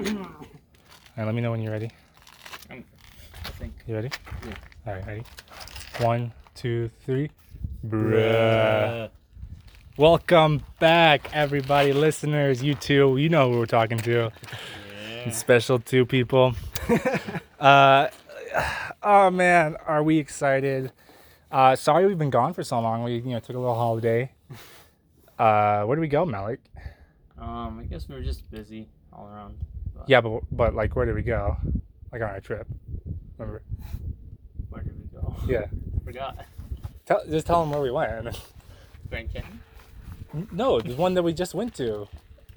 All right, let me know when you're ready. I'm, I think. You ready? Yeah. All right, ready? One, two, three. Bruh. Welcome back, everybody, listeners. You two, you know who we're talking to. Yeah. And Special two people. uh, oh man, are we excited? Uh, sorry we've been gone for so long. We you know took a little holiday. Uh, where did we go, Malik? Um, I guess we were just busy all around. Yeah, but but like where did we go? Like on our trip. Remember? Where did we go? Yeah. Forgot. Tell, just tell them where we went. Grand Canyon. No, the one that we just went to.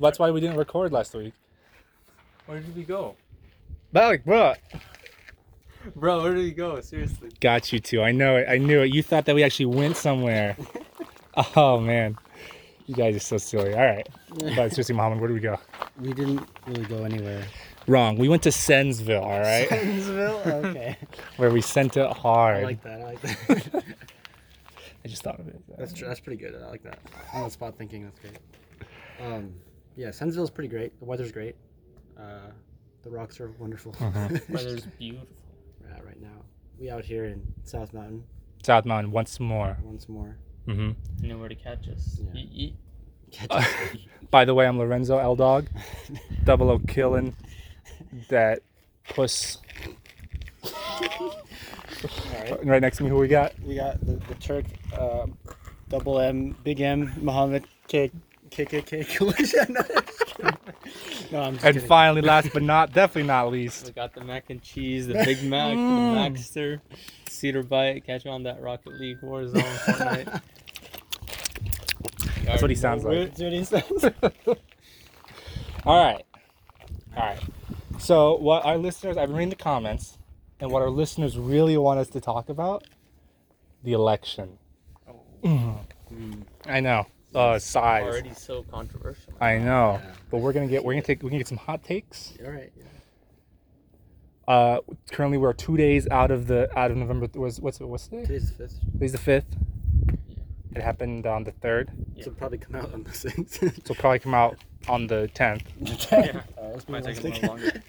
That's why we didn't record last week. Where did we go? Malik, bro. Bro, where did we go? Seriously. Got you too. I know it. I knew it. You thought that we actually went somewhere. oh man, you guys are so silly. All right, but seriously, Muhammad, where do we go? We didn't really go anywhere. Wrong. We went to Sensville. All right, Hinesville? Okay. where we sent it hard. I I, like that. I like that. just thought of it. that's tr- that's pretty good. I like that. On the spot thinking. That's great. Um, yeah, Sensville's pretty great. The weather's great. Uh, the rocks are wonderful. Weather's beautiful. Yeah, right now, we out here in South Mountain South Mountain once more. once more. hmm Nowhere to catch us. Yeah. Yeet, yeet. Catch By the way, I'm Lorenzo L Dog, double O killing that puss. All right. And Right next to me, who we got? We got the, the Turk, um, double M, big M, Muhammad K, KKK collision. no, I'm just And kidding. finally, last but not definitely not least, We got the mac and cheese, the Big Mac, Mm. the Maxter, Cedar Bite. Catch on that Rocket League Warzone Fortnite. That's what he sounds like. That's what he says. Oh. All right. All right. So, what our listeners, I've been reading the comments, and what our listeners really want us to talk about the election. Mm. Mm-hmm. I know. Uh, size. Already so controversial. I know. Yeah. But we're gonna get we're gonna take we can get some hot takes. All right. Yeah. Uh, currently we're two days out of the out of November. Was what's what's today? Today's the fifth. Today's the fifth. Yeah. It happened on the third. Yeah. So probably come out on the sixth. So it'll probably come out on the tenth. Yeah. Uh, All right, let's Might move on. take a little longer.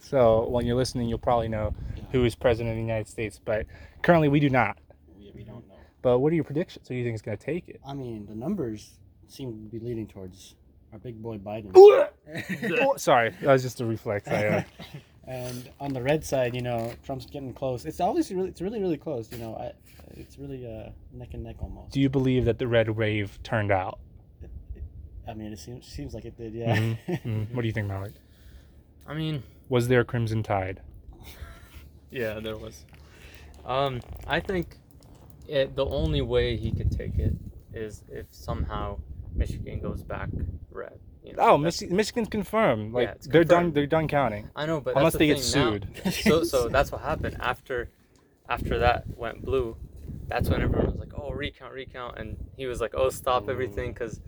So when you're listening, you'll probably know who is president of the United States. But currently we do not. We, we don't know. But what are your predictions? Who do you think is gonna take it? I mean, the numbers seem to be leading towards our big boy Biden. Oh, sorry, that was just a reflex. I, uh, and on the red side, you know, Trump's getting close. It's obviously really, it's really, really close. You know, I, it's really uh, neck and neck almost. do you believe that the red wave turned out? I mean, it seems seems like it did. Yeah. Mm-hmm. Mm, What do you think, Malik? I mean, Was there a crimson tide? Yeah, there was. Um, I think it, the only way he could take it is if somehow Michigan goes back red. You know, Oh, that's- Michi- Michigan's confirmed. Like Yeah, it's they're done. confirmed. They're done counting. I know, but unless that's they the get thing now. sued. so, so that's what happened after, after that went blue. That's when everyone was like, "Oh, recount, recount," and he was like, "Oh, Mm. stop everything," because,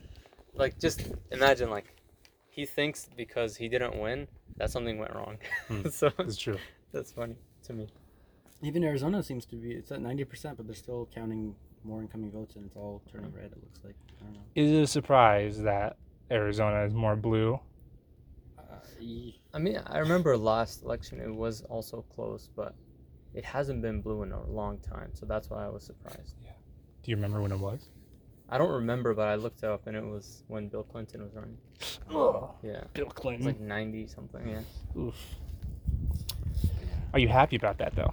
like, just imagine like, he thinks because he didn't win that something went wrong. Hmm. so It's true. that's funny to me. Even Arizona seems to be it's at ninety percent, but they're still counting more incoming votes, and it's all turning red. It looks like. I don't know. Is it a surprise that Arizona is more blue? Uh, I mean, I remember last election it was also close, but it hasn't been blue in a long time, so that's why I was surprised. Do you remember when it was? I don't remember, but I looked it up and it was when Bill Clinton was running. Oh, Yeah, Bill it's Clinton. like ninety something. Yeah, Oof. Are you happy about that though?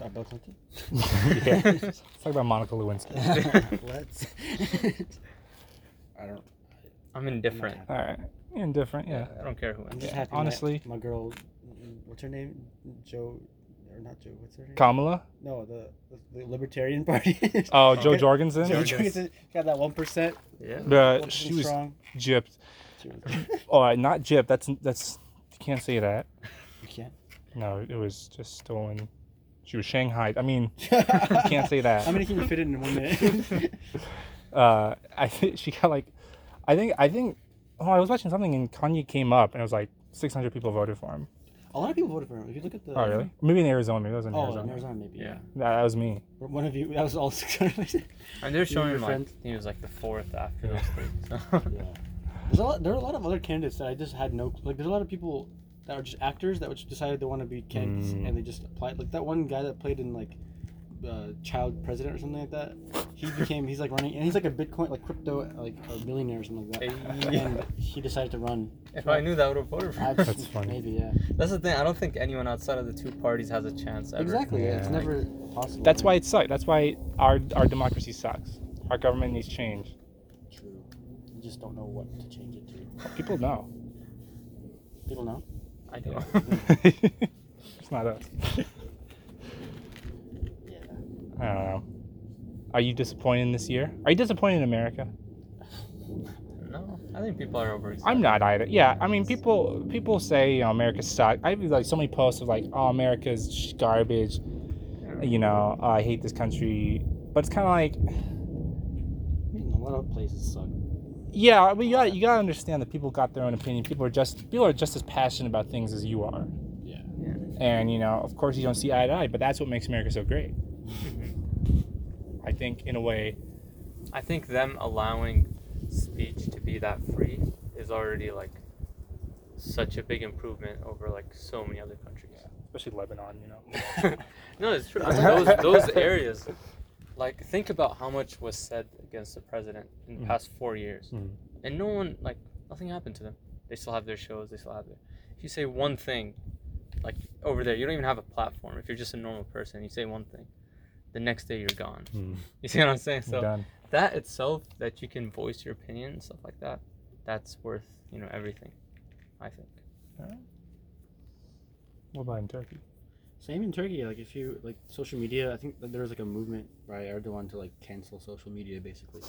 About Bill Clinton. yeah. Let's talk about Monica Lewinsky. Let's. I don't. I'm indifferent. All right. Indifferent. Yeah. I don't care who I'm wins. just Yeah, happy. my- honestly. my, girl, what's her name? Joe, or not Joe? What's her name? Kamala. no, the, the the Libertarian Party. Oh, Joe Okay. Jorgensen. Joe Jorgensen. Jorgensen got that one percent. Yeah, Bruh, she was gypped. She was- All right, not gypped. That's that's you can't say that. you can't. No, it was just stolen. She was shanghaied. I mean, can't say that. How many can you fit in in one minute? uh, I think she got like, I think I think. Oh, I was watching something and Kanye came up and it was like 600 people voted for him. A lot of people voted for him. If you look at the. Oh, really? Maybe in Arizona. Maybe that was in Oh, Arizona. in Arizona, maybe. Yeah. Yeah. That, that was me. One of you. That was all six hundred. and they're showing your him like friends? he was like the fourth after Yeah. those three. so. Yeah. There's a lot, there are a lot of other candidates that I just had no like. There's a lot of people that are just actors that just decided they want to be kids Mm. and they just applied. Like that one guy that played in like uh, Child President or something like that. He became he's like running and he's like a Bitcoin like crypto like a millionaire or something like that. Hey. And he decided to run. If I knew that, I would have voted for him. That's funny. Maybe yeah. That's the thing. I don't think anyone outside of the two parties has a chance ever. Exactly. Yeah. It's Like, never possible. That's why right? it sucks. That's why our our democracy sucks. Our government needs change. True. You just don't know what to change it to. People know. People know. I do. it's not us. Yeah. I don't know. Are you disappointed this year? Are you disappointed in America? no, I think people are overexcited. I'm not either. Yeah, I mean, people people say you know, America sucks. I've like so many posts of like, oh, America's sh- garbage. You know, oh, I hate this country. But it's kind of like, A lot of places suck. yeah, but you got you got to understand that people got their own opinion. People are just people are just as passionate about things as you are. Yeah. Yeah. And you know, of course, you don't see eye to eye, but that's what makes America so great. I think, in a way, I think them allowing speech to be that free is already like such a big improvement over like so many other countries. especially Lebanon. You know. no, it's true. I mean, those, those areas, like, think about how much was said against the president in the Mhm. past four years, Mhm. and no one, like, nothing happened to them. They still have their shows. They still have their. If you say one thing, like over there, you don't even have a platform. If you're just a normal person, you say one thing, the next day you're gone. Mhm. You see what I'm saying? So done. that itself, that you can voice your opinion and stuff like that, that's worth you know everything. I think. What about in Turkey? Same in Turkey. Like if you like social media, I think that there was like a movement by Erdogan to like cancel social media basically,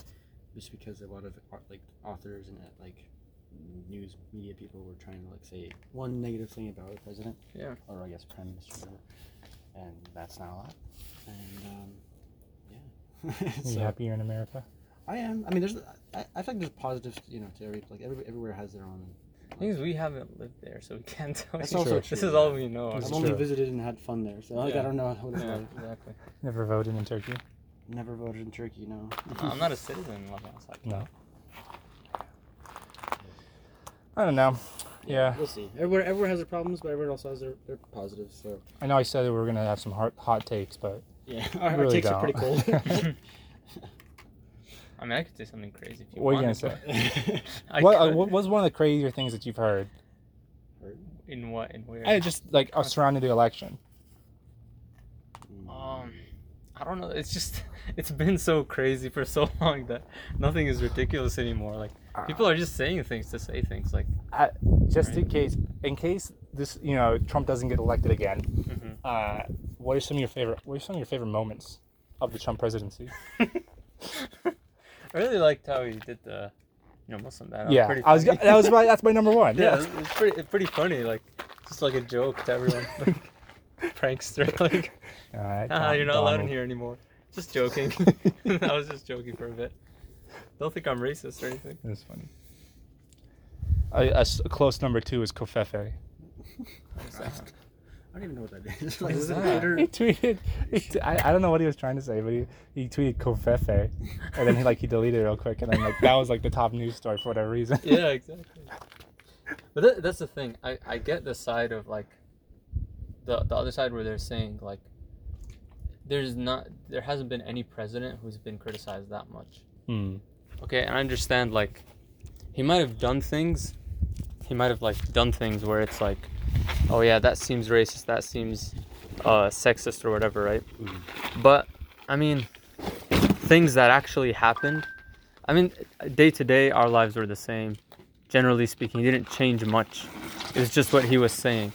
just because a lot of au- like authors and uh, like news media people were trying to like say one negative thing about the president. Yeah. Or I guess prime minister. or whatever, And that's not a lot. And um, yeah. Are you So- happy you're in America? I am. I mean, there's. I, I think there's positives, you know, to every like every, everywhere has their own. Things we haven't lived there, so we can't tell That's you. also This true, is yeah. all we know. That's I've only true. visited and had fun there, so like, Yeah. I don't know what it's Yeah, like. exactly. Never voted in Turkey? Never voted in Turkey, no. I'm not a citizen in Lebanon. So I No. I don't know. Yeah, We'll see. Everywhere, everywhere has their problems, but everyone also has their, their positives. So I know I said that we were gonna have some hot, hot takes, but yeah, our, our Really takes are pretty cold. don't. I mean, I could say something crazy if you what are you gonna want. say? I What, uh, could. what was one of the crazier things that you've heard? in what and where? I just like uh, surrounding the election. Um, I don't know. It's just it's been so crazy for so long that nothing is ridiculous anymore. Like Ah. people are just saying things to say things. Like Just in case, in case this, you know, Trump doesn't get elected again. Uh, what are some of your favorite? What are some of your favorite moments of the Trump presidency? I really liked how he did the, you know, Muslim battle. yeah, pretty I was. go- funny. That was my. That's my number one. yeah, it's- it's pretty it's pretty funny. Like just like a joke to everyone. Like, prankster. Like All right, ah, Don- you're not allowed in Donald. here anymore. Just joking. I was just joking for a bit. Don't think I'm racist or anything. That's funny. A, a s- a close number two is Kofefe. I don't even know what that is. like, is is it that? He later? tweeted. He t- I, I don't know what he was trying to say, but he, he tweeted Kofefe, and then he like he deleted it real quick, and then like that was like the top news story for whatever reason. yeah, exactly. But that, that's the thing. I, I get the side of like the the other side where they're saying like there's not there hasn't been any president who's been criticized that much. Hmm. Okay, and I understand like he might have done things he might have like done things where it's like oh yeah, that seems racist, that seems uh sexist or whatever, right? Mm-hmm. But I mean things that actually happened. I mean day to day our lives were the same. Generally speaking, he didn't change much. It was just what he was saying.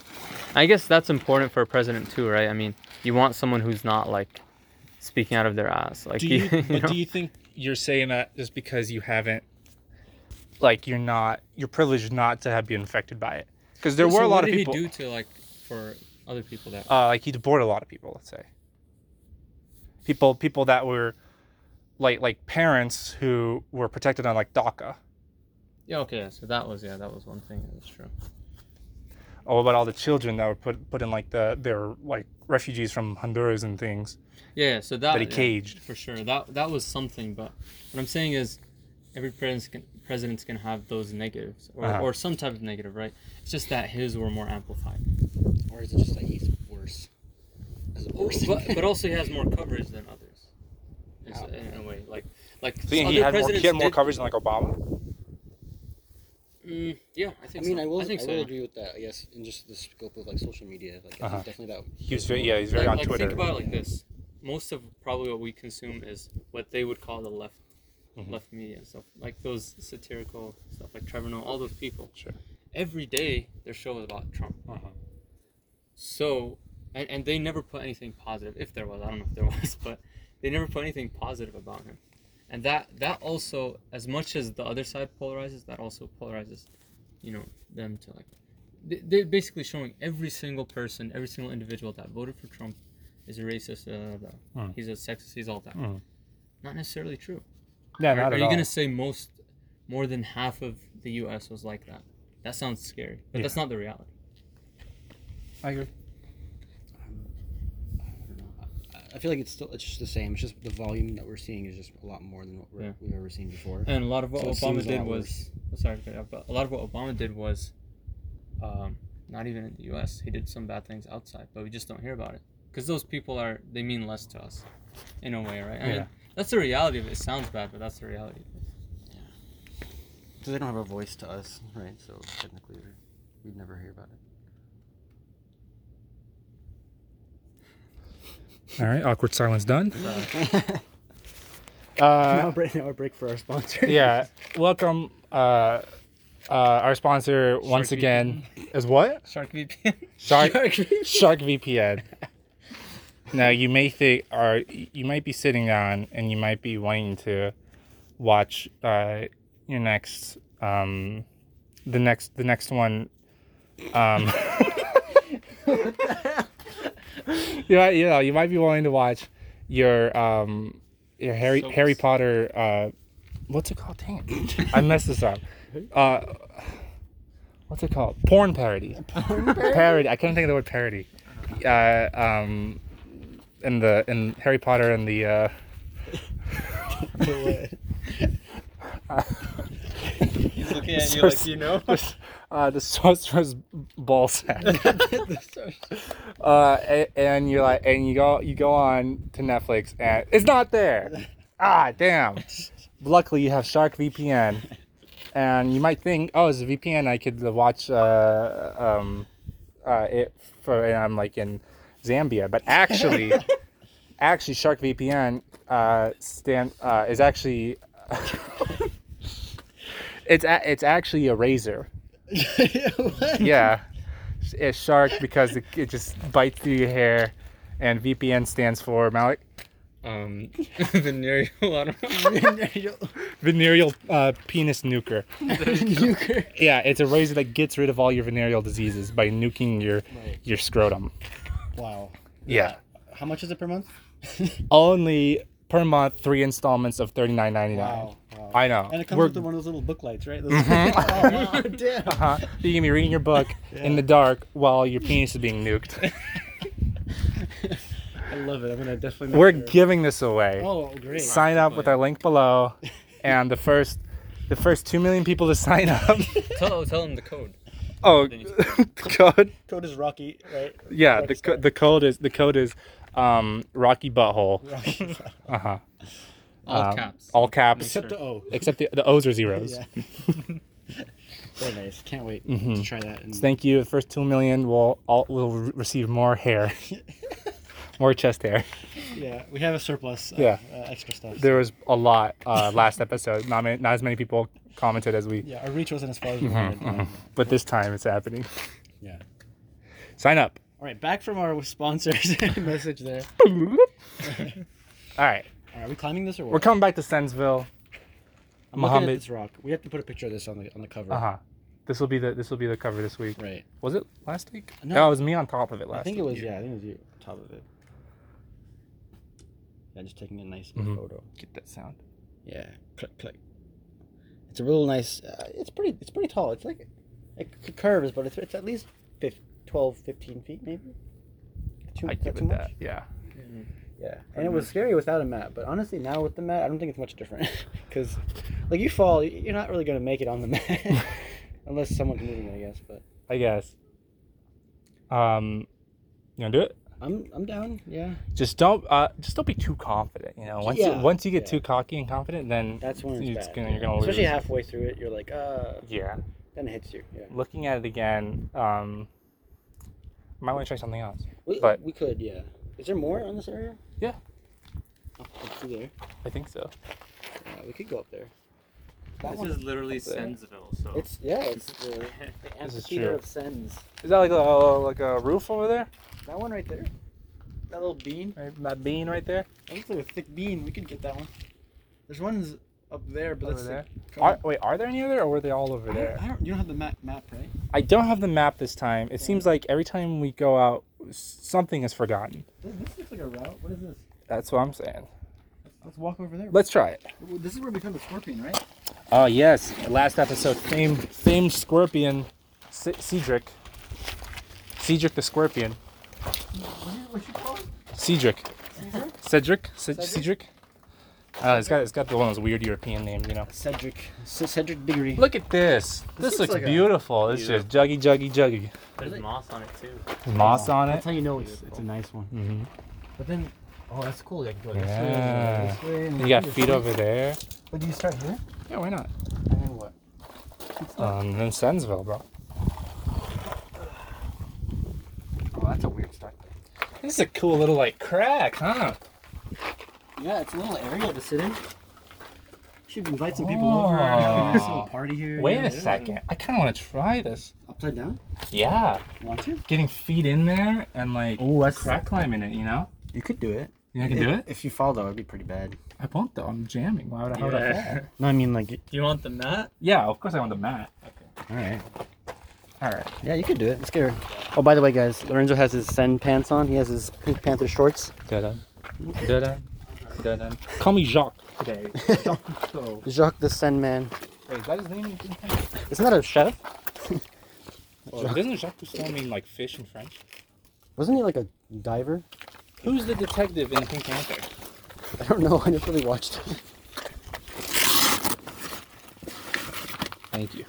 I guess that's important for a president too, right? I mean, you want someone who's not like speaking out of their ass. Like Do he- you, but know? do you think you're saying that just because you haven't, like, you're not, you're privileged not to have been affected by it? Because there So were a what lot of did people. He do to like for other people that. uh, like he deported a lot of people. Let's say people people that were like like parents who were protected on like DACA. yeah. Okay. So that was yeah. That was one thing. That's true. Oh, about all the children that were put put in like the they're like refugees from Honduras and things Yeah. So that. that he yeah, caged. for sure. That that was something. But what I'm saying is, every president can, president's gonna have those negatives or, Uh-huh. or some type of negative, right? It's just that his were more amplified. Or is it just like he's worse as a person? but, but also he has more coverage than others. Is- How? In a way, like like So he had other more, he presidents had more did- coverage than like Obama. Mm, yeah, I I think. mean, so. I will. I, think so. will yeah. agree with that. Yes, in just the scope of like social media, like I Uh-huh. think definitely that. He was very, yeah, he's very like, on like, Twitter. Think about it like this: most of probably what we consume is what they would call the left, Mhm. left media and stuff, like those satirical stuff, like Trevor Noah, all those people. Sure. Every day their show is about Trump. Uh-huh. So, and, and they never put anything positive. If there was, I don't know if there was, but they never put anything positive about him. And that that also, as much as the other side polarizes, that also polarizes, you know, them to like. they- They're basically showing every single person, every single individual that voted for Trump is a racist. Uh, blah, blah. Hmm. He's a sexist. He's all that. Hmm. Not necessarily true. Yeah, Are- not are at you all. gonna say most, more than half of the U.S. was like that? That sounds scary, but that's not the reality. I agree. I- I feel like it's still it's just the same. It's just the volume that we're seeing is just a lot more than what we're, Yeah. we've ever seen before. And a lot of what So it Obama seems a did lot was Oh, sorry, to cut you off, but a lot of what Obama did was um, not even in the U.S. He did some bad things outside, but we just don't hear about it because those people are they mean less to us in a way, right? I Yeah. mean, that's the reality of it. It sounds bad, but that's the reality. So they don't have a voice to us, right? So technically, we're- we'd never hear about it. All right, awkward silence done. Uh, now, break, now a break for our sponsor. yeah, welcome. Uh, uh, our sponsor once Shark again is what? Shark VPN. Shark Shark VPN. Now you may think, or you might be sitting down and you might be wanting to watch uh, your next, um, the next, the next one. Um, you might, you know, you might be wanting to watch your um, your Harry Soaps. Harry Potter. Uh, what's it called? Dang it, I messed this up. Uh, what's it called? Porn parody parody. I couldn't think of the word parody. Uh, um, in the in Harry Potter and the uh, He's looking at you like, you know. uh, the sorcerer's ball sack. Uh, and, and you're like, and you go you go on to Netflix, and it's not there. Ah, damn. Luckily, you have Shark VPN, and you might think, oh, it's a VPN. I could watch uh, um, uh, it for, and I'm like in Zambia, but actually, actually, Shark VPN uh, stand uh, is actually. It's a, it's actually a razor. Yeah, it's shark because it, it just bites through your hair, and VPN stands for Malik Um, venereal. I don't know. venereal uh, penis nuker. Nuker. Yeah, it's a razor that gets rid of all your venereal diseases by nuking your Right. your scrotum. Wow. Yeah, How much is it per month? only per month, three installments of thirty nine ninety nine. Wow. wow. I know. And it comes We're- with one of those little book lights, right? Those- Mhm. oh, wow, damn. Uh-huh. You're gonna be reading your book in the dark while your penis is being nuked. I love it. I'm gonna definitely. make We're sure. giving this away. Oh, great. sign up with our link below, and the first the first two million people to sign up. Tell tell him the code. Oh, the code. Code is Rocky, right? Yeah, the co- the code is the code is um, Rocky Butthole. Rocky. Uh huh. All Um, caps. All caps, Except the O. except the, the O's are zeros. Yeah. Very nice. Can't wait to try that. And Mm-hmm. Thank you. The first two million will all will re- receive more hair, more chest hair. yeah, we have a surplus. Of, Yeah. Uh, extra stuff. There was a lot uh, last episode. Not many, not as many people commented as we, yeah, our reach wasn't as far as Mm-hmm, we wanted. but this time it's happening. Yeah. Sign up. All right, back from our sponsors message there. All right, All right, are we climbing this or what? we're coming back to Sensville. I'm looking Mohammed- at this rock. We have to put a picture of this on the on the cover. Uh huh. This will be the this will be the cover this week. Right. Was it last week? No. No, it was me on top of it last. I think it week. was. Yeah, I think it was you. Top of it. Yeah, just taking a nice Mhm. photo. Get that sound. Yeah. Click click. It's a real nice. Uh, it's pretty. It's pretty tall. It's like it c- curves, but it's, it's at least 15, 12, 15 feet maybe. Too, I is that give too it much? that. Yeah. Yeah, and it was scary without a map, but honestly, now with the map, I don't think it's much different because like you fall, y- you're not really gonna make it on the mat unless someone's moving, I guess. But I guess. Um, you know, do it. I'm I'm down. Yeah, Just don't, uh, just don't be too confident. You know, once Yeah, you, once you get yeah. too cocky and confident, then that's when it's, It's bad. gonna- you're gonna Especially lose. halfway through it, you're like, uh, yeah. then it hits you. Yeah, Looking at it again, um, might want to try something else. we, But- we could. Yeah, is there more on this area? Yeah. Oh, let's do there. I think so. Yeah, we could go up there. That This one- is literally up there. Sensville, so It's yeah, it's the, the This is amphitheater true. of Sens. Is that like a like a roof over there? That one right there, that little bean. Right, that bean right there. That looks like a thick bean. We could get that one. There's ones up there, but Over that's there. Like, Are, wait, are there any other, or were they all over I don't, there? I don't, you don't have the map, map right? I don't have the map this time. It seems like every time we go out, something is forgotten. This, this looks like a route. What is this? That's what I'm saying. Let's walk over there. Let's try it. Well, This is where we found the scorpion, right? Oh yes, last episode, famed famed scorpion, C- Cedric. Cedric the scorpion. What you- what you call it? Cedric. Cedric. Ced- Cedric? Cedric. Uh, it's got it's got the one of those weird European names, you know. Cedric. C- Cedric Diggory. Look at this. This, This looks looks, like a- beautiful. This is just juggy juggy juggy. There's Really? moss on it too. Moss on That's it. how you know it's, it's a nice one. hmm But then, oh, that's cool. Like, go Yeah. this way, and You got feet over there. But do you start here? Yeah, why not? And then what? Um, then Sensville, bro. Oh, that's a weird start. This is a cool little like crack, huh? Yeah, it's a little area to sit in. Should invite some people people over, over. have a nice little party here. Oh. Wait a second. I kind of want to try this. Upside down? Yeah. Want to? getting feet in there and like Oh, that's- crack climbing it, you know? You could do it. You know, I can do it? If you fall though, it'd be pretty bad. I won't though. I'm jamming. Why would I? How would I fall? No, I mean like, You want the mat? Yeah, of course I want the mat. all right. All right. Yeah, you could do it. Let's get her. Oh, by the way, guys, Lorenzo has his Sen pants on. He has his Pink Panther shorts. Dun dun dun dun. Call me Jacques today. Jacques. Jacques the Sen man. Wait, is that his name? Isn't that a chef? Well, doesn't Jacques Cousteau mean like fish in French? Wasn't he like a diver? Who's the detective in Pink Panther? I don't know. I never really watched it. Thank you.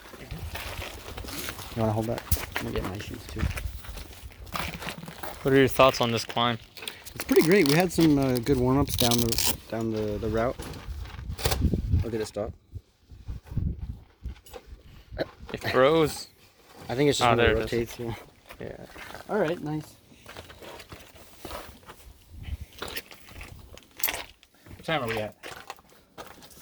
You want to hold that? I'm gonna get my shoes too. What are your thoughts on this climb? It's pretty great. We had some uh, good warm ups down the down the, the route. I'll get it stopped. It froze. I think it's just Oh, Ah, when it there it is. rotates. Yeah. yeah. All right, nice. What time are we at?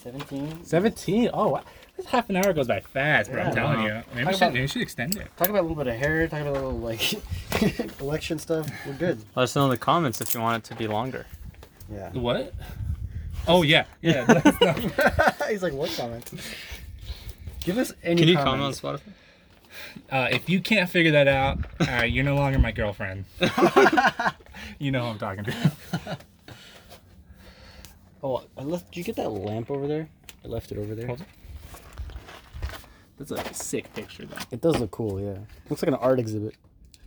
17. 17. Oh, wow. This half an hour goes by fast, bro. I'm Yeah. telling you. Maybe we Talk should, about- maybe we should extend it. Talk about a little bit of hair. Talk about a little like election stuff. We're good. Let us know in the comments if you want it to be longer. Yeah. What? Oh, yeah. Yeah. He's like, what comment? Give us any. Can you comment. comment on Spotify? Uh, if you can't figure that out, uh, you're no longer my girlfriend. you know who I'm talking to. Oh, I left. Did you get that lamp over there? I left it over there. Hold That's a sick picture, though. It does look cool. Yeah. Looks like an art exhibit.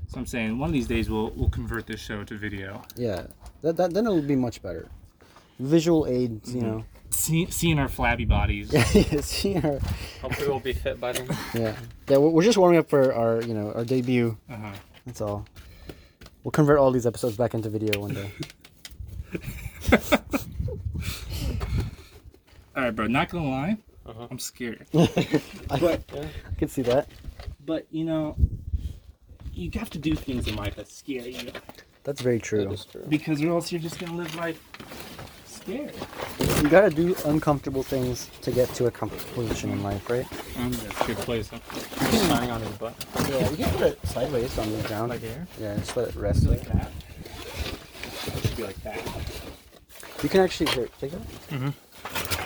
So I'm saying one of these days we'll we'll convert this show to video. Yeah. That, that then it would be much better. Visual aids, you know. See, seeing our flabby bodies. Yes, yeah. Hopefully we'll be fit by then. Mm-hmm. Yeah. Yeah. We're we're just warming up for our, you know, our debut. Uh-huh. That's all. We'll convert all these episodes back into video one day. All right, bro. Not gonna lie, Uh-huh. I'm scared. I, I can see that. But you know, you have to do things in life that scare you That's very true. true. because or else you're just gonna live life scared. You gotta do uncomfortable things to get to a completion in life, right? Um, that's a good place. huh? Lying on his butt. Yeah, you can put it sideways on the ground. Like there? Yeah, just let it rest. Is it like that? It should be like that. You can actually here, take that. Mhm.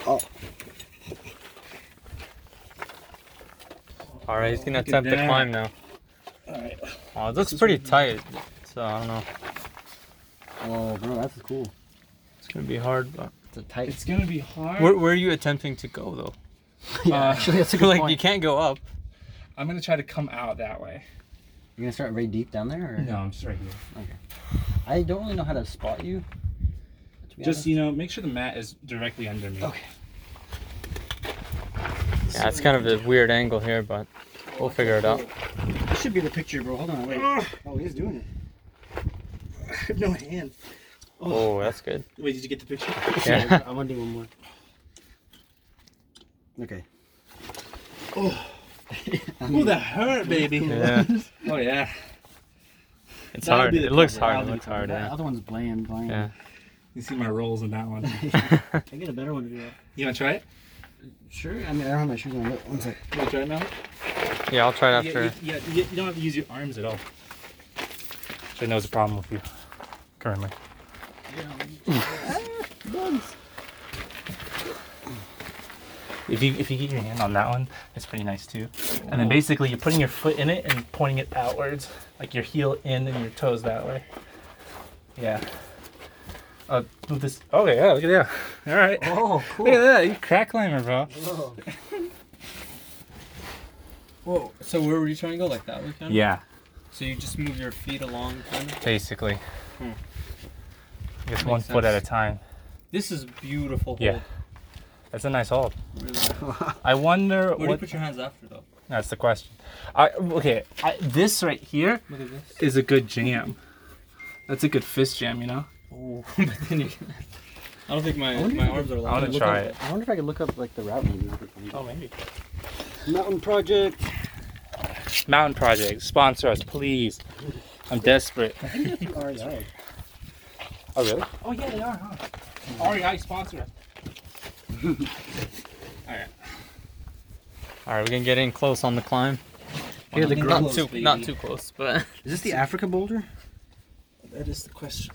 Oh, All right, he's gonna Look at attempt the that. climb now. All right. Oh, it looks pretty tight. So I don't know. oh, bro, that's cool. It's gonna be hard, but. It's a tight. It's gonna be hard. Where, where are you attempting to go though? uh, Actually, that's a good like point. you can't go up. I'm gonna try to come out that way. You're gonna start very deep down there, or No, I'm just right here. I don't really know how to spot you. to be Just you know, make sure the mat is directly under me. honest. okay. Yeah, it's kind of a weird angle here, but we'll figure it out. This should be the picture, bro. Hold on, wait. Oh, he's doing it. I have no hand. Oh, that's good. Wait, did you get the picture? Yeah. I'm gonna do one more. Okay. Oh. Ooh, that hurt, baby. Yeah. Oh yeah. It's That'll hard. be the It looks cover. hard. That'll It be looks the cover. hard. That Yeah. other one's bland, bland. Yeah. You see my rolls in that one. I get a better one to do that. You want to try it? Sure. I mean, I don't have my shoes on. Look, one sec. You want to try it now? Yeah, I'll try it You- after. You, you- you don't have to use your arms at all. Which I know is a problem with you currently. If you if you get your hand on that one, it's pretty nice too. And then basically you're putting your foot in it and pointing it outwards, like your heel in and your toes that way. Yeah. Uh, move this. Okay, yeah, look at that. All right. Oh, cool. Look at that. You crack climber, bro. Whoa. Whoa. So where were you trying to go? Like that way, kind Yeah, So you just move your feet along, kind of. basically. Hmm. I guess one foot at a sense. time. This is beautiful. Yeah. That's a nice hold. Really. I wonder what. your hands after though? That's the question. I okay. I, this right here Look at this. is a good jam. That's a good fist jam, you know. Oh, but then you. I don't think my, wonder my if- arms are I long. wanna enough. try it. I wonder if I could look up like the route maybe. Oh, maybe. Mountain Project. Mountain Project, sponsor us, please. I'm desperate. REI. Oh, really? Oh, yeah, they are, huh? REI sponsor us. All right, we can get in close on the climb. Here, the not grows, too baby. not too close, but Is this the Africa Boulder? That is the question.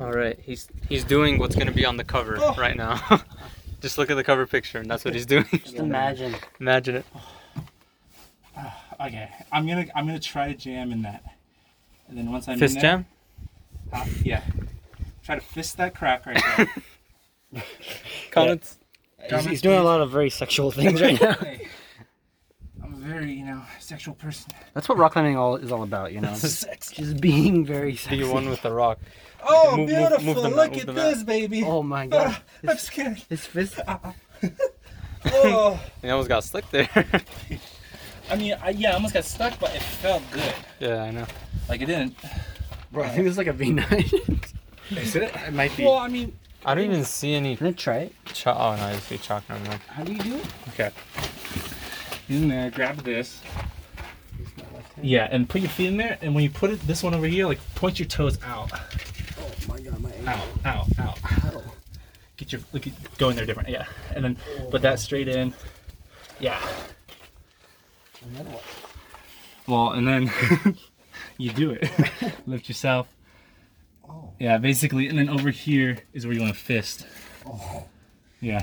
all right. He's he's doing what's gonna be on the cover Oh. right now. Just look at the cover picture, and that's what he's doing. Just imagine. Imagine it. Okay, I'm gonna I'm gonna try to jam in that, and then once I'm Fist in jam. There, uh, yeah. Try to fist that crack right there. Comments. He's- He's, he's doing a lot of very sexual things right now. Hey, I'm a very you know sexual person. That's what rock climbing all is all about, you know. Sex. Just being very Be sexy. the one with the rock. Oh, Move- move- move beautiful! them out, Look move at them out. this, baby. Oh my god. I'm scared. His fist. Oh. He almost got slick there. I mean, I, yeah, I almost got stuck, but it felt good. yeah, I know. Like it didn't. Bro, I think it's like a V9. Is it? it might be. Well, I mean, I don't even see any. Can I try it? Cho- oh no, I see chalk. Never mind. How do you do it? okay. In there, grab this. Yeah, and put your feet in there, and when you put it, this one over here, like point your toes out, Oh my god, my out, out, out. ankle. Ah. Get your look, at- go in there different. Yeah, and then put that straight in. Yeah. And then what? Well, and then you do it. Lift yourself. Oh. Yeah, basically, and then over here is where you want to fist. Oh. Yeah.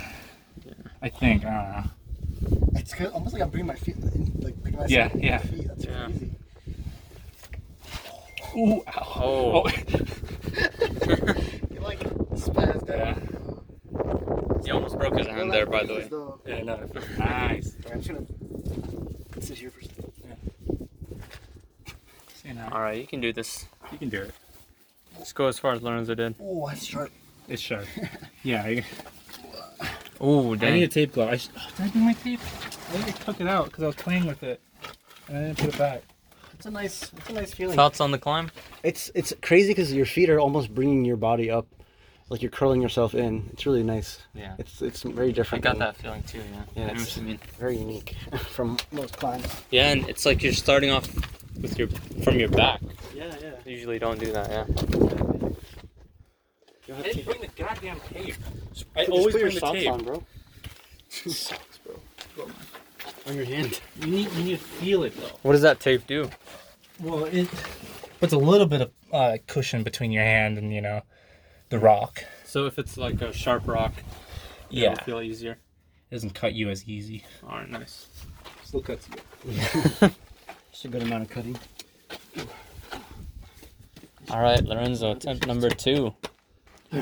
I think. I don't know. It's kind of, almost like I'm bringing my feet, in, like bringing myself Yeah, up with yeah. my feet. That's Yeah. crazy. Ooh, ow. Oh. You like spazzed out. Yeah. He almost broke his hand there, by the way. yeah, no, nice. I'm just gonna sit here for a second. You, know, All right, you can do this. you can do it. Let's go as far as Lorenzo did. Oh, that's sharp. It's sharp. Yeah, I, Oh, I need a dang. tape glove. I sh- oh, did I bring my tape? I think I took it out because I was playing with it and I didn't put it back. It's a nice, it's a nice feeling. Thoughts on the climb? It's it's crazy because your feet are almost bringing your body up, like you're curling yourself in. It's really nice. Yeah. It's it's very I different. got and that feeling too, yeah. Yeah, I know it's- what you mean. Very unique from Most climbs. Yeah, and it's like you're starting off with your from your back. Yeah, yeah. Usually don't do that, yeah. You I have didn't to bring the goddamn tape. I Just always put your bring the socks tape. on, bro. on your hand. You need you need to feel it though. What does that tape do? Well, it puts a little bit of uh, cushion between your hand and you know the rock. So if it's like a sharp rock, it'll feel easier. it doesn't cut you as easy. Alright, nice. Still cuts you. Just a good amount of cutting. Alright, Lorenzo, attempt number two. I'm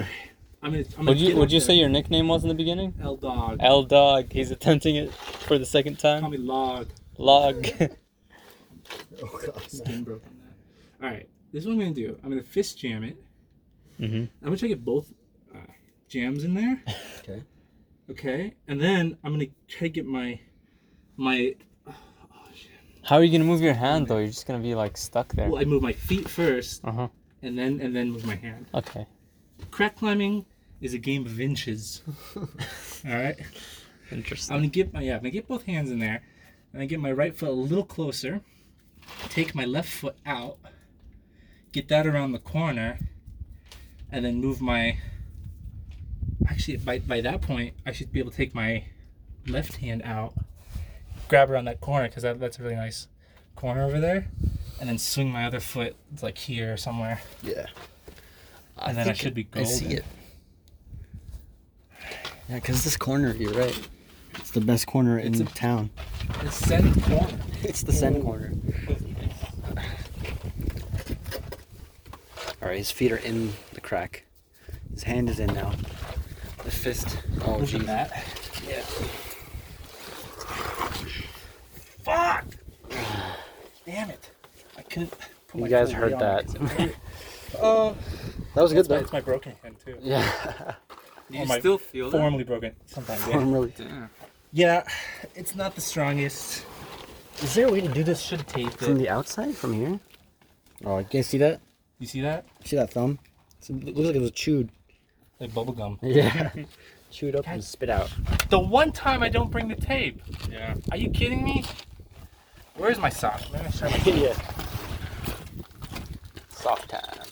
gonna. I'm Would you would you say your nickname was in the beginning? L dog? L Dog. He's attempting it for the second Call time. me log. Log. Oh god, skin broken. All right, this is what I'm gonna do. I'm gonna fist jam it. Mhm. I'm gonna try to get both uh, jams in there. Okay. Okay, and then I'm gonna try to get my my. Oh, shit. How are you gonna move your hand though? You're just gonna be like stuck there. Well, I move my feet first, Uh-huh. and then and then move my hand. Okay. Crack climbing is a game of inches. All right, I'm Interesting. gonna get my yeah, I'm gonna get both hands in there, and I get my right foot a little closer. Take my left foot out, get that around the corner, and then move my. Actually, by by that point, I should be able to take my left hand out, grab around that corner because that, that's a really nice corner over there, and then swing my other foot like here or somewhere, Yeah. and then I should be golden. I see it. Yeah, because this corner, you're right. It's the best corner in It's a- town. The center corner. It's the send corner. All right, his feet are in the crack. His hand is in now. The fist. Oh, Look at jeez. that. Yeah. Fuck! Damn it. I couldn't put You guys foot heard on that. it 'cause it hurt. Uh, That was good it's, my, though. it's my broken hand too. Yeah. Do you my still feel that? Formerly broken. Sometimes. Yeah. Formerly. Damn. yeah, it's not the strongest. Is there a way to do this Should tape from it. the outside, from here? Oh, you guys see that? You see that? See that thumb? It's, it looks like it was chewed. Like bubble gum. Yeah. chewed up and and spit out. The one time I don't bring the tape. Yeah. Are you kidding me? Where's my sock? I'm gonna show my- yeah. Soft time.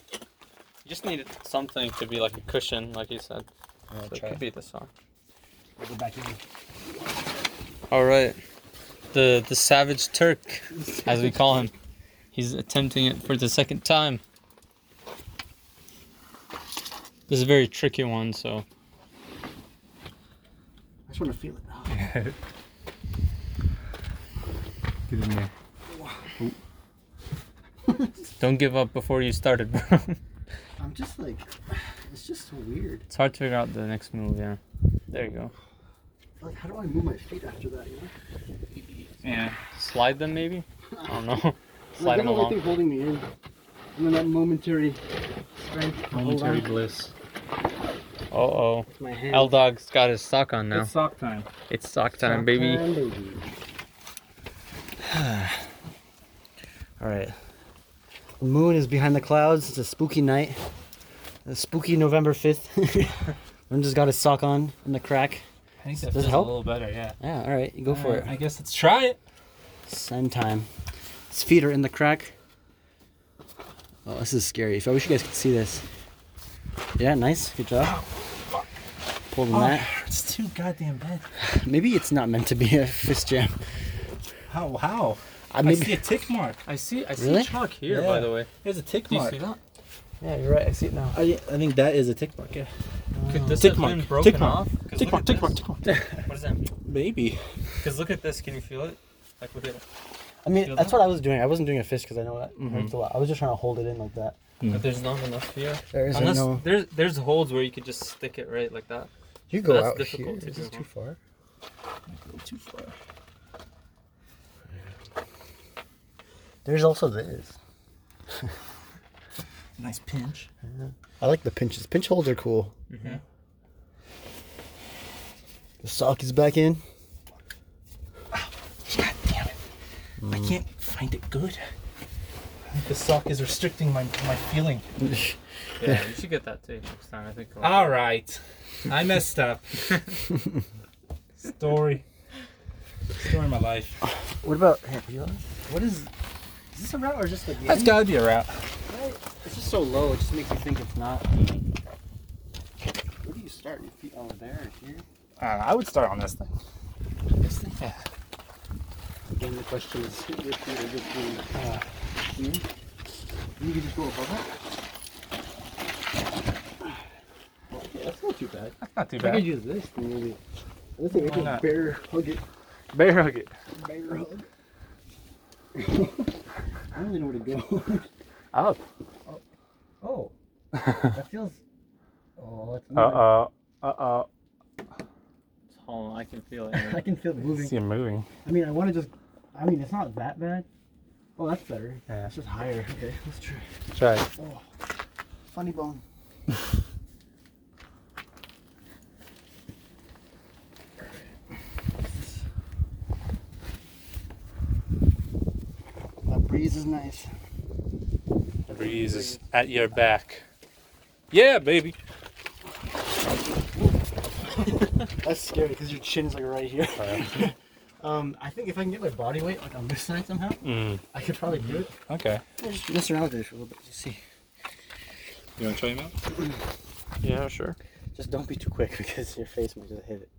You just needed something to be like a cushion, like you said. I'll So it try. could be the song. Go back in. All right. The the savage Turk, as we call him, he's attempting it for the second time. This is a very tricky one, so I just want to feel it. Oh. Get in there. don't give up before you started, bro. I'm just like, it's just so weird. it's hard to figure out the next move. Yeah. There you go. Like, how do I move my feet after that? You know? Yeah. Slide them maybe. I don't know. like, Slide them I don't like along. thing holding me in. And then that momentary strength. to hold Momentary on bliss. Uh oh. with My hand. L Dog's got his sock on now. It's sock time. It's sock time, baby. Sometime, baby. All right. The moon is behind the clouds. It's a spooky night. A spooky November 5th. One just got his sock on in the crack. I think that Does it feels help? a little better, yeah. Uh, Yeah, all right. You go for I it. guess let's try it. Send time. His feet are in the crack. Oh, this is scary. If I wish you guys could see this. Yeah, nice. Good job. Pulled on Oh, that. it's too goddamn bad. Maybe it's not meant to be a fist jam. How? How? I I maybe. see a tick mark. I see. I see see Really? chalk here, here, by by Yeah. the the way. There's a tick Do you mark. see that? Yeah, you're right. I see it now. I, I think that is a tick mark. Yeah. Could this Tick have mark, been tick broken mark, off? 'Cause look Tick mark, at tick mark, this. tick mark. What does that mean? Maybe. Because look at this. Can you feel it? Like look at it. I mean, Feel that's that? what I was doing. I wasn't doing a fist because I know that Mm-hmm. hurts a lot. I was just trying to hold it in like that. But there's not enough here. There isn't Unless no- there's there's holes where you could just stick it right like that. You go That's out difficult here. to This do, is huh? too far. Too far. There's also this. Nice pinch. I like the pinches. Pinch holds are cool. Mhm. The sock is back in. God damn it! I can't find it good. I think the sock is restricting my my feeling. Yeah, you should get that too next time. I think. Ah. All right, I messed up. Story. Story of my life. What about here, you want- What is? Is this a route or just like? the That's end? gotta be a wrap. Right? It's just so low. It just makes you think it's not. Where do you start? Your feet over Oh, there or here? I, don't know, Uh, I would start on this thing. This thing. Again, the question is, your feet are just being uh, here. You can just go above it. Yeah, that's not too bad. That's not too I could bad. use this thing, maybe. This thing, I Why could not? bear hug it. Bear hug it. Bear hug. I don't really know where to go. Up. Oh, that feels. Oh, it's moving. oh. Uh oh. Oh, I can feel I it. can feel it moving. See it moving. I mean, I want to just. I mean, it's not that bad. Oh, that's better. Yeah. It's just higher. Okay, let's try. Try it. Oh, funny bone. knife. The breeze is at your back. Yeah, baby. That's scary because your chin's like right here. Uh, Um, I think if I can get my body weight like on this side somehow, mm, I could probably do it. okay. I'll just mess around with it for a little bit to see. You want to try him out? Yeah, sure. Just don't be too quick because your face might just hit it.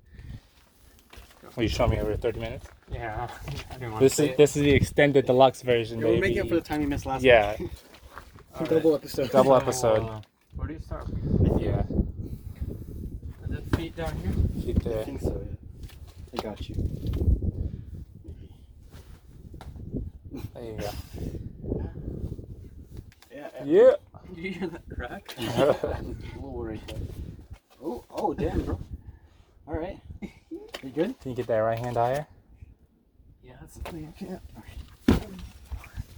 Will you show me over 30 minutes? Yeah, I didn't want This is this is the extended deluxe version, We're baby. making up for the time you missed last. yeah, week. double episode. double episode. uh, Where do you start? Yeah, Is it feet down here? keep I there. think so. Yeah. I got you. There you go. Yeah. Yeah. Do you hear that crack? yeah. I'm a little worried. But... Oh, oh, damn, bro. All right. You good? Can you get that right hand higher? Yeah, that's pretty good.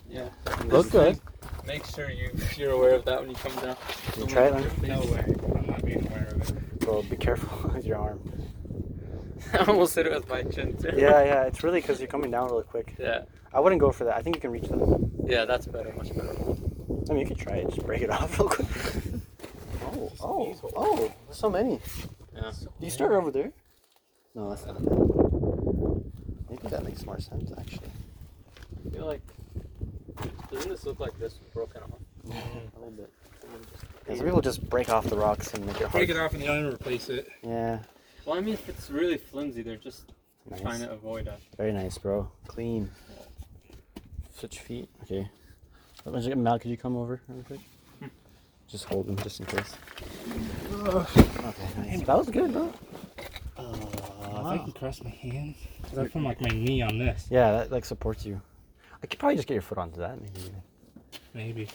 Yeah. Look good. Make sure you you're aware of that when you come down. You try it on? No way. I'm not being aware of it. Well, be careful with your arm. I almost hit it with my chin too. Yeah, yeah. It's really because you're coming down really quick. Yeah. I wouldn't go for that. I think you can reach that. Yeah, that's better. Much better. I mean, you could try it. Just break it off real quick. Oh, oh, oh! There's so many. Yeah. You start over there. No, that's not. Maybe that makes more sense actually. I feel like doesn't this look like this was broken off? A little bit. Because people just break off the rocks and make it hard. off and then replace it. Yeah. Well, I mean, if it's really flimsy, they're just Nice. trying to avoid us. Very nice, bro. Clean. Switch feet. Okay. Wait, Mal, could you come over real quick? Just hold him, just in case. Okay, nice. That was good, bro. Uh, If I can cross my hands, because I put like my knee on this, Yeah, that like supports you. I could probably just get your foot onto that, maybe. maybe.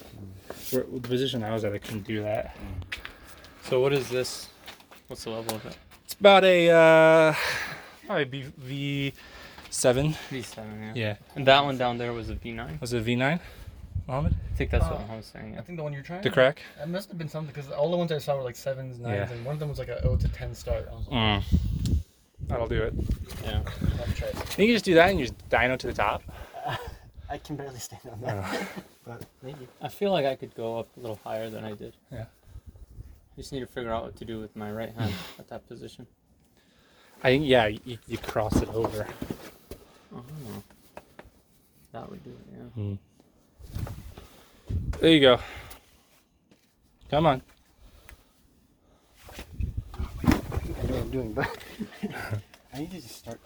Where- The position I was at, I couldn't do that. So what is this? What's the level of it? It's about a uh, probably B V seven. V7, Yeah. And that one down there was a V9. Was it V nine, Mohammed? I think that's Uh, what I was saying. I think the one you're trying. The crack. That must have been something because all the ones I saw were like sevens, nines, Yeah. and one of them was like a oh to ten start. I was like, Mm. That'll do it. Yeah. I'll have to try it. You can just do that and you just dyno to the top. I can barely stand on that. but maybe. I feel like I could go up a little higher than I did. Yeah. I just need to figure out what to do with my right hand at that position. I think yeah, you, you cross it over. Oh. That would do it, yeah. There you go. Come on. I know what I'm doing, but I need to just start.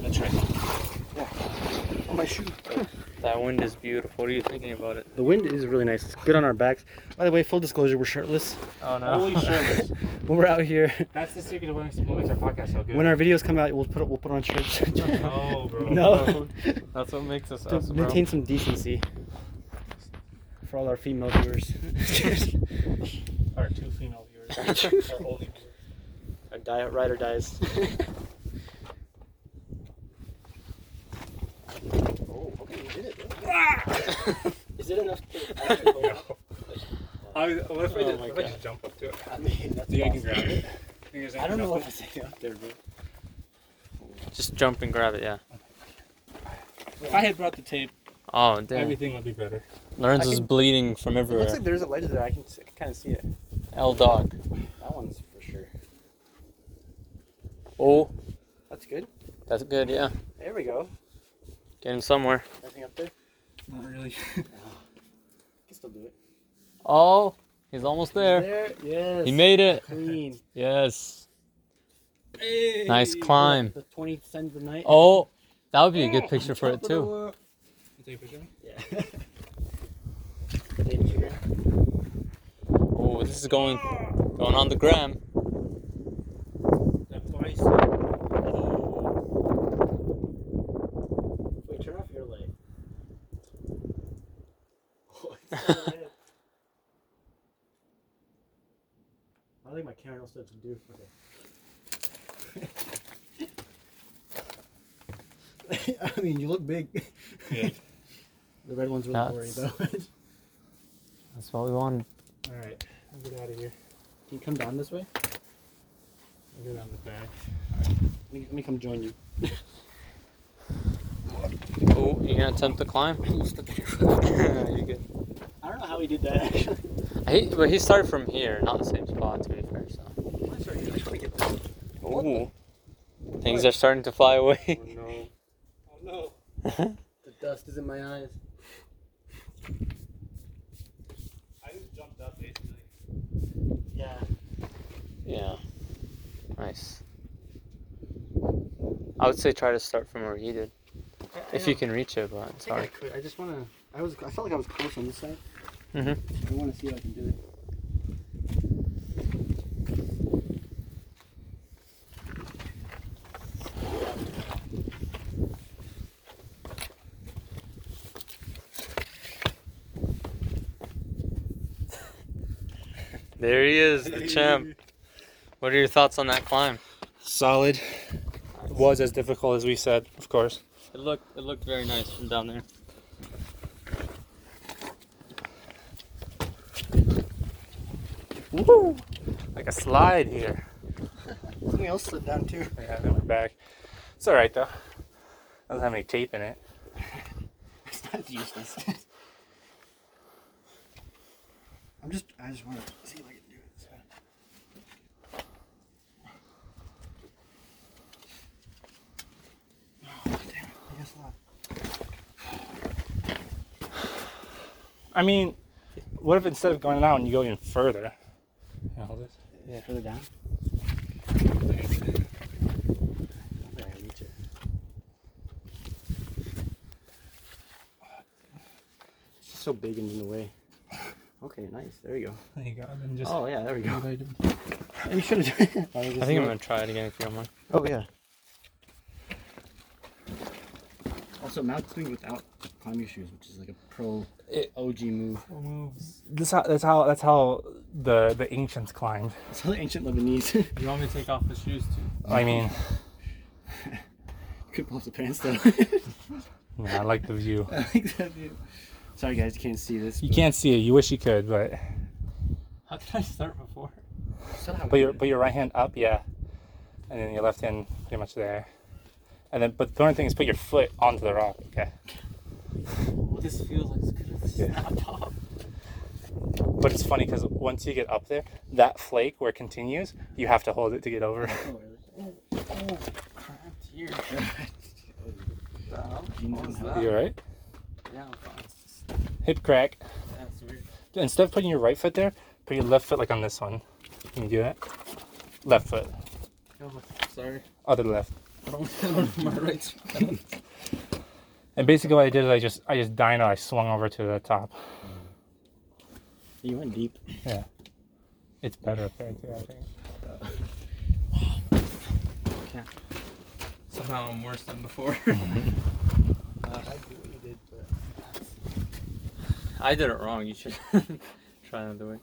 That's right. Oh, my shoe. That wind is beautiful. What are you thinking about it? The wind is really nice. It's good on our backs. By the way, full disclosure, we're shirtless. Oh When we're out here, That's the secret of what makes our podcast so good. when our videos come out, we'll put we'll put on shirts. no, bro. no, That's what makes us to us, bro. maintain some decency for all our female viewers. Our two female viewers. our only viewers. our die, rider dies. oh, okay, you did it. Is it enough? To, I, what if I Oh just, my what if I God. just jump up to it? I mean, that's Do you think I can grab it? Think there's I don't enough know of if it's like up there, bro. Just jump and grab it, yeah. it? If I had brought the tape, Oh, damn. everything would be better. Lorenz I is can- bleeding from It looks everywhere. like there's a ledge there. I can, I can kind of see it. L dog. That one's for sure. Oh, That's good. that's good, yeah. There we go. Getting somewhere. Nothing up there. Not really. Can still do it. Oh, he's almost there. There. Yes. He made it. clean. Yes. Nice climb. The 20th cent of the night. Oh, that would be a good picture for it too. Yeah. David Jr. Oh, this is going going on the gram. Wait, turn off your light. I think my camera knows what to do. Okay. I mean, you look big. Yeah. The red one's really blurry, though. That's- That's what we wanted. All right, I'm get out of here. Can you come down this way? Get on the back. Let me, let me come join you. Oh, you're gonna attempt to climb? you good. I don't know how he did that actually. He, but he started from here, not the same spot, to be fair. So. Ooh. Things are starting to fly away. no. Oh no. The dust is in my eyes. I just jumped up basically. Yeah. yeah. Nice. I would say try to start from where he did, if you can reach it. But it's I, think I hard. could. I just want to. I was. I felt like I was close on this side. Mhm. I want to see if I can do it. There he is, the champ. What are your thoughts on that climb? Solid. Was as difficult as we said, of course. It looked it looked very nice from down there. Woo! Like a slide here. Something else slid down too. Yeah, then we're back. It's all right though. Doesn't have any tape in it. It's not useless. I'm just. I just want to see if I can do it. Oh, damn it. I guess not. I mean, what if instead of going down, you go even further? Yeah, hold this. Yeah, further down. I don't think I can reach it. It's just so big and in the way. Okay, nice. There you go. There you go. And then just Oh yeah, there we go. I You should have. I I think I'm gonna try it again if you don't mind. Oh yeah. Also, Mount Clean without climbing shoes, which is like a pro It- OG move. Oh. This how, that's how that's how the the ancients climbed. It's how the ancient Lebanese You want me to take off the shoes too? I mean, could pull up the pants though. yeah, I like the view. I like that view. Sorry guys, you can't see this. You but- can't see it. You wish you could, but How did I start before? Somehow put your put your right hand up, yeah, and then your left hand pretty much there, and then but the only thing is put your foot onto the rock. Okay, Well, this feels like it's gonna snap off. but it's funny because once you get up there, that flake where it continues, you have to hold it to get over. You alright? Yeah, I'm fine. Hip crack. That's weird. Instead of putting your right foot there, put your left foot like on this one. Can you do that? Left foot, Sorry. other left. I don't, I don't know my rights. And basically, what I did is I just I just dyno. I swung over to the top. You went deep. It's better up there too. I think. Somehow I'm worse than before. Uh, I did it wrong. You should try another way.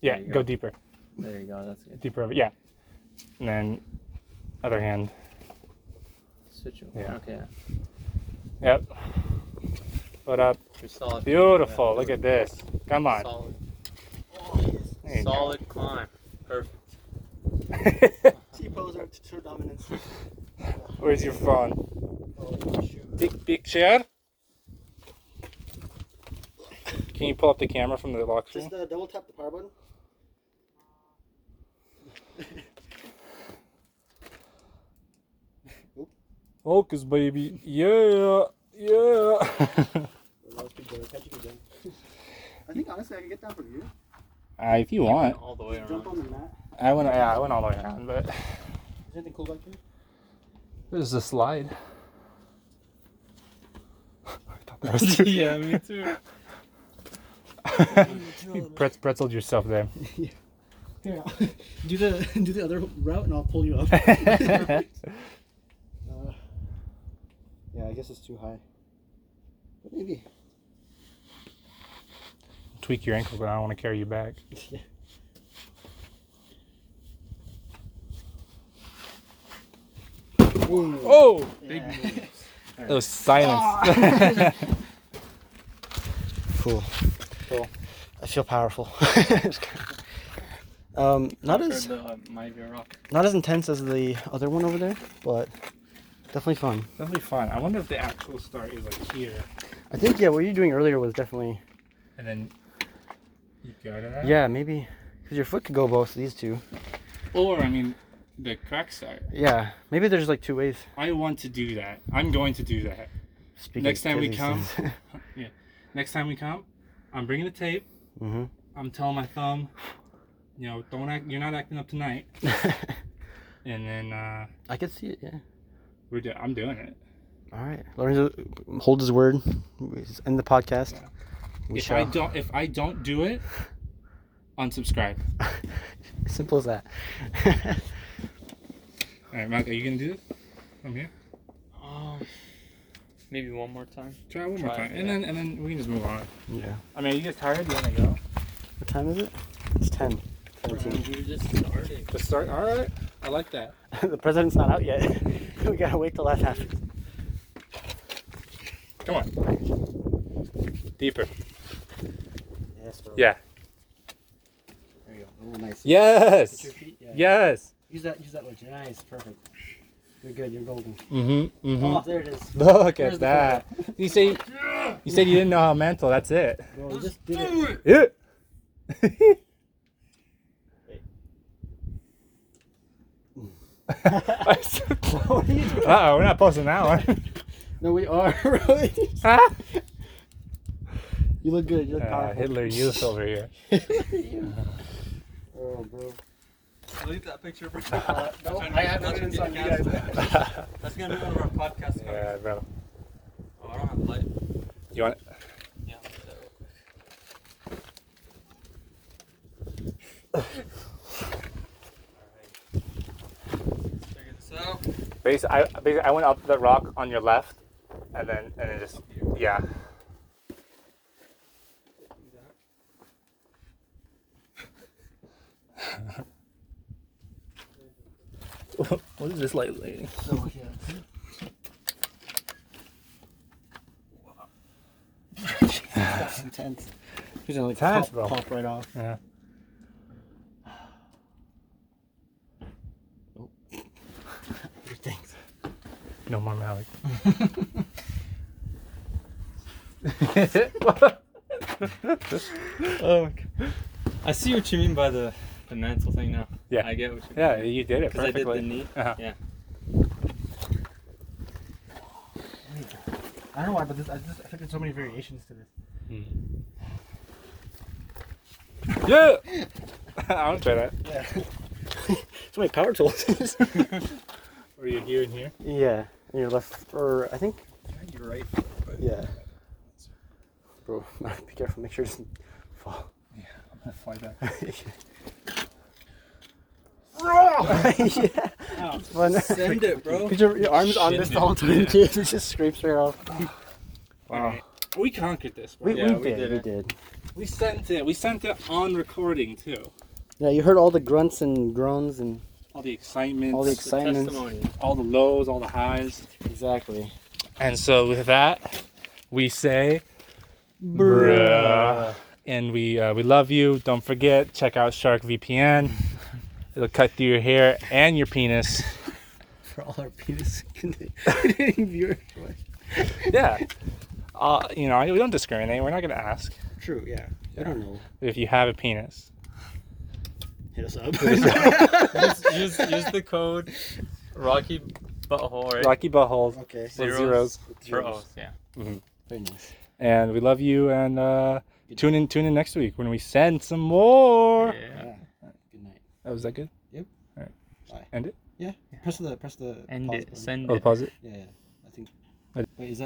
Yeah, There go. you go. deeper, There you go. That's good. deeper. Over. Yeah, and then other hand. Switch it. Yeah. Okay. Yep. What up? You're solid. Beautiful. Yeah, Look at this. Come on. Solid. There you go. Solid climb. Perfect. T-pose are true dominance. Where's your phone? Big picture. Can you pull up the camera from the lock screen? uh, double tap the power button. Focus, baby. Yeah. Yeah. I think honestly I can get down from here. Uh, if you want, All the way Jump around. on the mat. I went. Yeah, I went all the way around, but Is anything cool back there? there's a slide. I thought that was too- yeah, me too. you pretz- pretzeled yourself there. Here, I'll- do the do the other route and I'll pull you up. Uh, yeah, I guess it's too high. But maybe. Tweak your ankle, but I don't want to carry you back. Oh! Big moves. It was silence. Cool. Cool. I feel powerful. Um, not Compared as to, uh, might be a rock. not as intense as the other one over there, but definitely fun. That'll be fun. I wonder if the actual start is like here, I think yeah, what you were doing earlier was definitely and then you got it. out? yeah, maybe because your foot could go both these two. Or I mean, the crack start. Yeah, maybe there's like two ways. I want to do that. I'm going to do that. Speaking Next time we come. mm-hmm. Next time we come, I'm bringing the tape. Mm-hmm. I'm telling my thumb, you know, don't act. You're not acting up tonight. And then uh, I could see it. Yeah. we're. Do- I'm doing it. All right, Lorenzo, hold his word. Let's End the podcast. Yeah. We if shall. I don't, if I don't do it, unsubscribe. Simple as that. All right, Mike, are you gonna do this? I'm here. Um, maybe one more time. Try one more Try it, time, and yeah. then and then we can just move on. yeah. I mean, are you guys tired? You wanna go? What time is it? It's ten. We just started. Let's start. All right, I like that. the president's not out yet. we gotta wait till that happens. Come on, deeper. Yes, bro. Yeah. There you go. Oh, nice. With Yes. your feet? Yeah. Yes. Use that. Use that one. Nice. Perfect. You're good. You're golden. Mm-hmm. Oh, there it is. Look There's the at that. You say you said you didn't know how mental. That's it. Bro, you just did it. Yeah. What are you doing? Uh oh, we're not posting that one. No, we are. Really. Ah. You look good. You look uh, powerful. Hitler Youth over here. Oh, bro. Delete that picture. Uh, no, I have evidence on you guys. That's gonna be one of our podcast cards. Yeah, bro. Oh, I don't have light. You want? It? Yeah. So, Basically, I basically, I went up the rock on your left, and then and then just yeah. what is this light lady? No, yeah. That's intense. He's gonna like Intense, pop, bro. pop right off. Yeah. Thanks. No more Malik. Oh my god. I see what you mean by the the mental thing now. Yeah. I get what you mean. yeah, you did it Because I did the perfectly. knee. Uh-huh. Yeah. I don't know why, but this, I just I think there's so many variations to this. Yeah. I want to try that. So many power tools. Were you here and here? yeah. And your left, or I think. you're right. Yeah. Bro, be careful. Make sure it doesn't fall. I'm gonna fly back. yeah. It's fun. Send it, bro. Put your, your arms on this the whole time, dude. It just scrapes right off. Wow. We conquered this. bro. We, Yeah, we, we did. did we it. did. We sent it. We sent it on recording too. Yeah, you heard all the grunts and groans and All the excitement, all the The excitement. testimony. all the lows, all the highs. Exactly. And so with that, we say, bruh. And we uh, we love you. Don't forget, check out Shark VPN. It'll cut through your hair and your penis. For all our penis viewers. Yeah. Uh, you know, we don't discriminate. We're not going to ask True, yeah. I don't know. if you have a penis. Hit us up. use, use, use the code Rocky Butthole, right? Rocky Buttholes okay. with zeros. For O's, yeah. Very nice. And we love you. And uh, tune in tune in next week when we send some more. yeah. Good night. Oh, was that good? Yep. All right. Bye. End it. Yeah. Press the press the. End pause it. button. Send Oh, it. pause it. Yeah, yeah. I think. I- Wait, is that?